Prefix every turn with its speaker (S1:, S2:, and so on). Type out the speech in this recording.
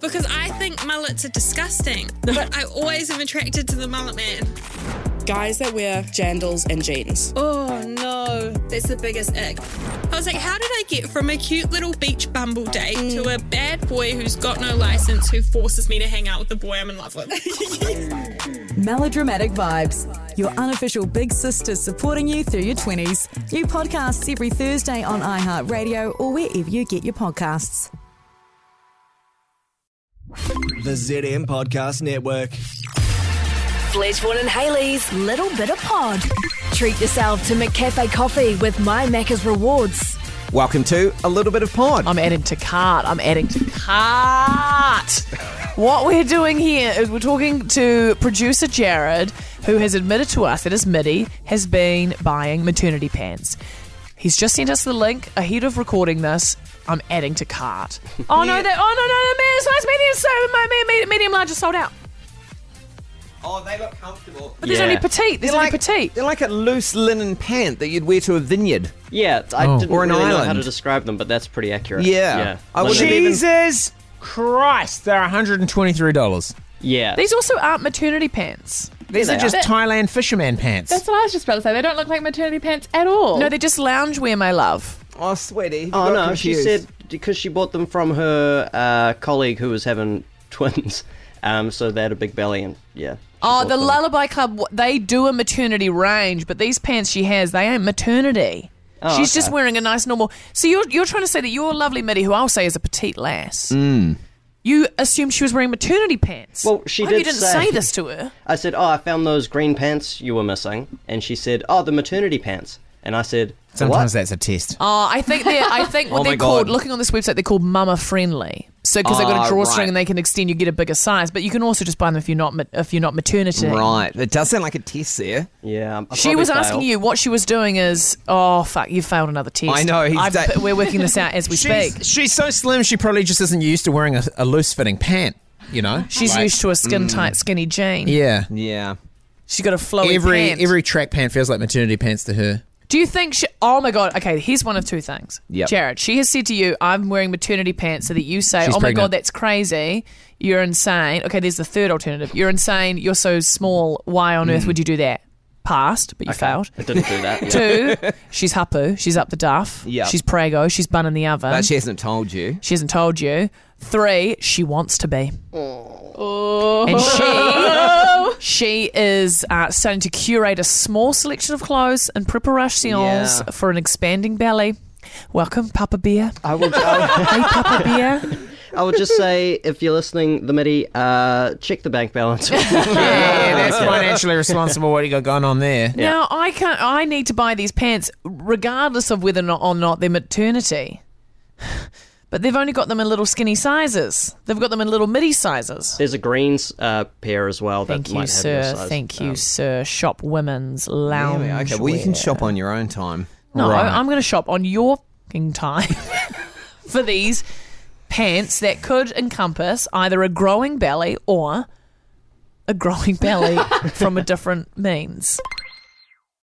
S1: because I think mullets are disgusting, but I always am attracted to the mullet man.
S2: Guys that wear jandals and jeans.
S1: Oh no, that's the biggest ick. I was like, how did I get from a cute little beach bumble date to a bad boy who's got no license who forces me to hang out with the boy I'm in love with?
S3: Melodramatic Vibes, your unofficial big sister supporting you through your 20s. New podcasts every Thursday on iHeartRadio or wherever you get your podcasts.
S4: The ZM Podcast Network.
S5: Fledgeborn and Haley's Little Bit of Pod. Treat yourself to McCafe coffee with My Macca's Rewards.
S4: Welcome to a little bit of pod.
S6: I'm adding to cart. I'm adding to cart. What we're doing here is we're talking to producer Jared, who has admitted to us that his MIDI has been buying maternity pants. He's just sent us the link ahead of recording this. I'm adding to cart. Oh no! That, oh no! No, no! It's medium, so my medium, medium large is sold out.
S4: oh, they look comfortable.
S6: But there's
S7: Yeah.
S6: only petite. There's
S4: They're
S6: only
S4: like,
S6: petite.
S4: they're like a loose linen pant that you'd wear to a vineyard.
S7: Yeah, I didn't
S4: Oh. Or an
S7: really know how
S4: island.
S7: to describe them, but that's pretty accurate.
S4: Yeah.
S7: yeah.
S4: I
S7: Like-
S4: wouldn't even-
S8: Jesus Christ, they're $123.
S7: yeah.
S6: These also aren't maternity pants.
S8: These
S7: they
S8: are just
S7: are.
S8: Thailand fisherman pants.
S9: That's what I was just about to say. They don't look like maternity pants at all.
S6: No, they're just loungewear, my love.
S4: Oh, sweaty.
S7: oh no, she said because she bought them from her uh, colleague who was having twins, um, so they had a big belly and yeah. she
S6: Oh,
S7: bought
S6: the
S7: them.
S6: Lullaby Club, wh- they do a maternity range, but these pants she has, they ain't maternity.
S7: Oh,
S6: She's just
S7: okay.
S6: wearing a nice normal. So you're, you're trying to say that your lovely Mitty, who I'll say is a petite lass, you assumed she was wearing maternity pants.
S7: Well, she
S6: I hope you
S7: did
S6: didn't
S7: say-
S6: say this to her.
S7: I said, "Oh, I found those green pants you were missing," and she said, "Oh, the maternity pants," and I said,
S8: Sometimes
S7: "What?"
S8: that's a test.
S6: Oh, I think they're. I think what
S4: Oh my
S6: they're called.
S4: God.
S6: Looking on this website, they're called mama friendly. So because they've got
S4: Ah,
S6: a drawstring
S4: right.
S6: and they can extend, you get a bigger size. But you can also just buy them if you're not ma- if you're not maternity.
S4: Right. It does sound like a test there.
S7: Yeah, I
S6: She
S7: probably
S6: was asking
S7: failed.
S6: you what she was doing. Is oh fuck, you failed another test.
S4: I know, he's
S6: I've-
S4: da-
S6: we're working this out as we speak.
S8: She's, she's so slim, she probably just isn't used to wearing a, a loose fitting pant, you know?
S6: She's
S8: Like,
S6: used to a skin tight, skinny jean.
S8: Yeah.
S4: Yeah.
S6: She's got a flowy
S8: Every
S6: pant.
S8: every track pant feels like maternity pants to her.
S6: Do you think she? Oh my god. Okay, here's one of two things.
S4: Yep.
S6: Jared, she has said to you, "I'm wearing maternity pants," so that you say,
S8: She's
S6: "Oh my
S8: pregnant.
S6: god, that's crazy. You're insane." Okay, there's the third alternative. You're insane. You're so small. Why on earth would you do that? Passed, but you failed.
S7: I didn't do that. yeah.
S6: Two, she's hapu. She's up the duff.
S4: Yep.
S6: She's prego. She's bun in the oven.
S4: But she hasn't told you.
S6: She hasn't told you. Three, she wants to be. And she she is uh, starting to curate a small selection of clothes and preparations
S4: Yeah.
S6: for an expanding belly. Welcome, Papa Bear.
S7: I will. I will-
S6: Hey, Papa Bear.
S7: I would just say, if you're listening, the MIDI, uh, check the bank balance.
S8: Yeah, that's financially responsible. What you got going on there?
S6: Now I can't. I need to buy these pants, regardless of whether or not, or not they're maternity. But they've only got them in little skinny sizes. They've got them in little midi sizes.
S7: There's a greens uh, pair as well. That
S6: Thank
S7: might
S6: you,
S7: have
S6: sir.
S7: your size.
S6: Thank
S7: Um,
S6: you, sir. Shop women's lounge.
S4: Yeah, okay. Well, you can shop on your own time.
S6: No,
S8: Right.
S6: I'm going to shop on your fucking time for these pants that could encompass either a growing belly or a growing belly from a different means.